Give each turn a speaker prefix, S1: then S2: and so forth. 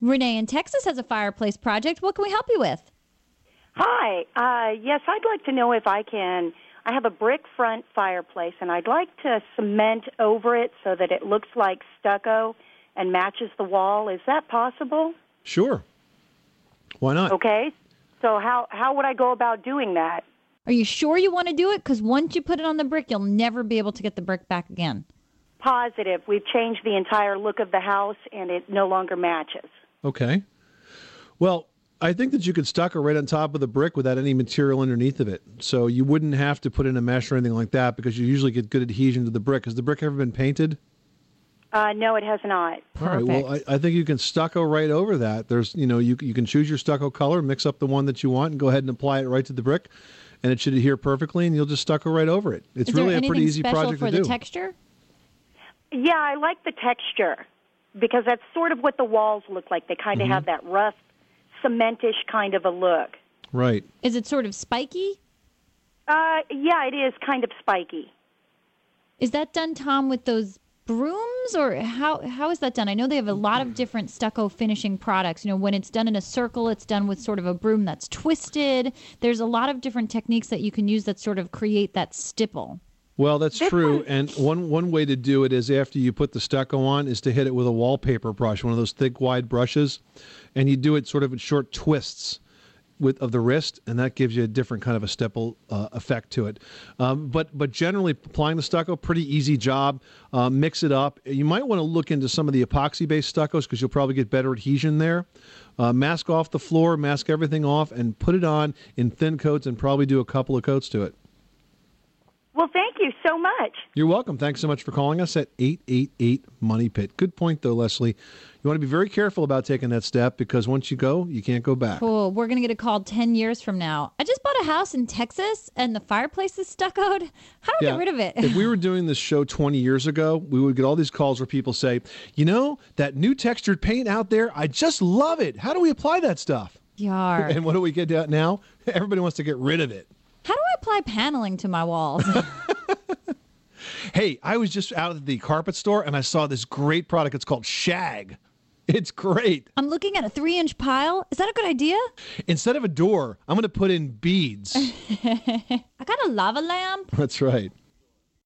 S1: Renee in Texas has a fireplace project. What can we help you with?
S2: Hi. Uh, yes, I'd like to know if I can. I have a brick front fireplace, and I'd like to cement over it so that it looks like stucco and matches the wall. Is that possible?
S3: Sure. Why not?
S2: Okay. So how how would I go about doing that?
S1: Are you sure you want to do it? Because once you put it on the brick, you'll never be able to get the brick back again.
S2: Positive. We've changed the entire look of the house, and it no longer matches.
S3: Okay. Well, I think that you could stucco right on top of the brick without any material underneath of it. So you wouldn't have to put in a mesh or anything like that because you usually get good adhesion to the brick. Has the brick ever been painted?
S2: Uh, no, it has not.
S3: All right. Well, I, I think you can stucco right over that. There's, you know, you you can choose your stucco color, mix up the one that you want, and go ahead and apply it right to the brick, and it should adhere perfectly, and you'll just stucco right over it. It's
S1: Is
S3: really
S1: there
S3: a
S1: anything
S3: pretty easy
S1: special
S3: project
S1: for
S3: to
S1: the
S3: do.
S1: texture?
S2: Yeah, I like the texture because that's sort of what the walls look like. They kind of have that rough, cementish kind of a look.
S3: right.
S1: Is it sort of spiky?
S2: Uh, yeah, it is kind of spiky.
S1: Is that done, Tom, with those brooms, or how how is that done? I know they have a lot of different stucco finishing products. You know, when it's done in a circle, it's done with sort of a broom that's twisted. There's a lot of different techniques that you can use that sort of create that stipple.
S3: Well, that's true. And one one way to do it is after you put the stucco on is to hit it with a wallpaper brush, one of those thick wide brushes, and you do it sort of in short twists with of the wrist, and that gives you a different kind of a stipple uh, effect to it. Um, but but generally, applying the stucco, pretty easy job. Uh, mix it up. You might want to look into some of the epoxy based stuccos because you'll probably get better adhesion there. Uh, mask off the floor, mask everything off, and put it on in thin coats, and probably do a couple of coats to it.
S2: Well, thank you so much.
S3: You're welcome. Thanks so much for calling us at 888 Money Pit. Good point, though, Leslie. You want to be very careful about taking that step because once you go, you can't go back.
S1: Cool. We're gonna get a call ten years from now. I just bought a house in Texas, and the fireplace is stuccoed. How do I get rid of it?
S3: if we were doing this show 20 years ago, we would get all these calls where people say, you know, that new textured paint out there, I just love it. How do we apply that stuff?
S1: Yar.
S3: And what do we get out now? Everybody wants to get rid of it.
S1: How do I apply paneling to my walls?
S3: Hey, I was just out at the carpet store and I saw this great product. It's called Shag. It's great.
S1: I'm looking at a three inch pile. Is that a good idea?
S3: Instead of a door, I'm going to put in beads.
S1: I got a lava lamp.
S3: That's right.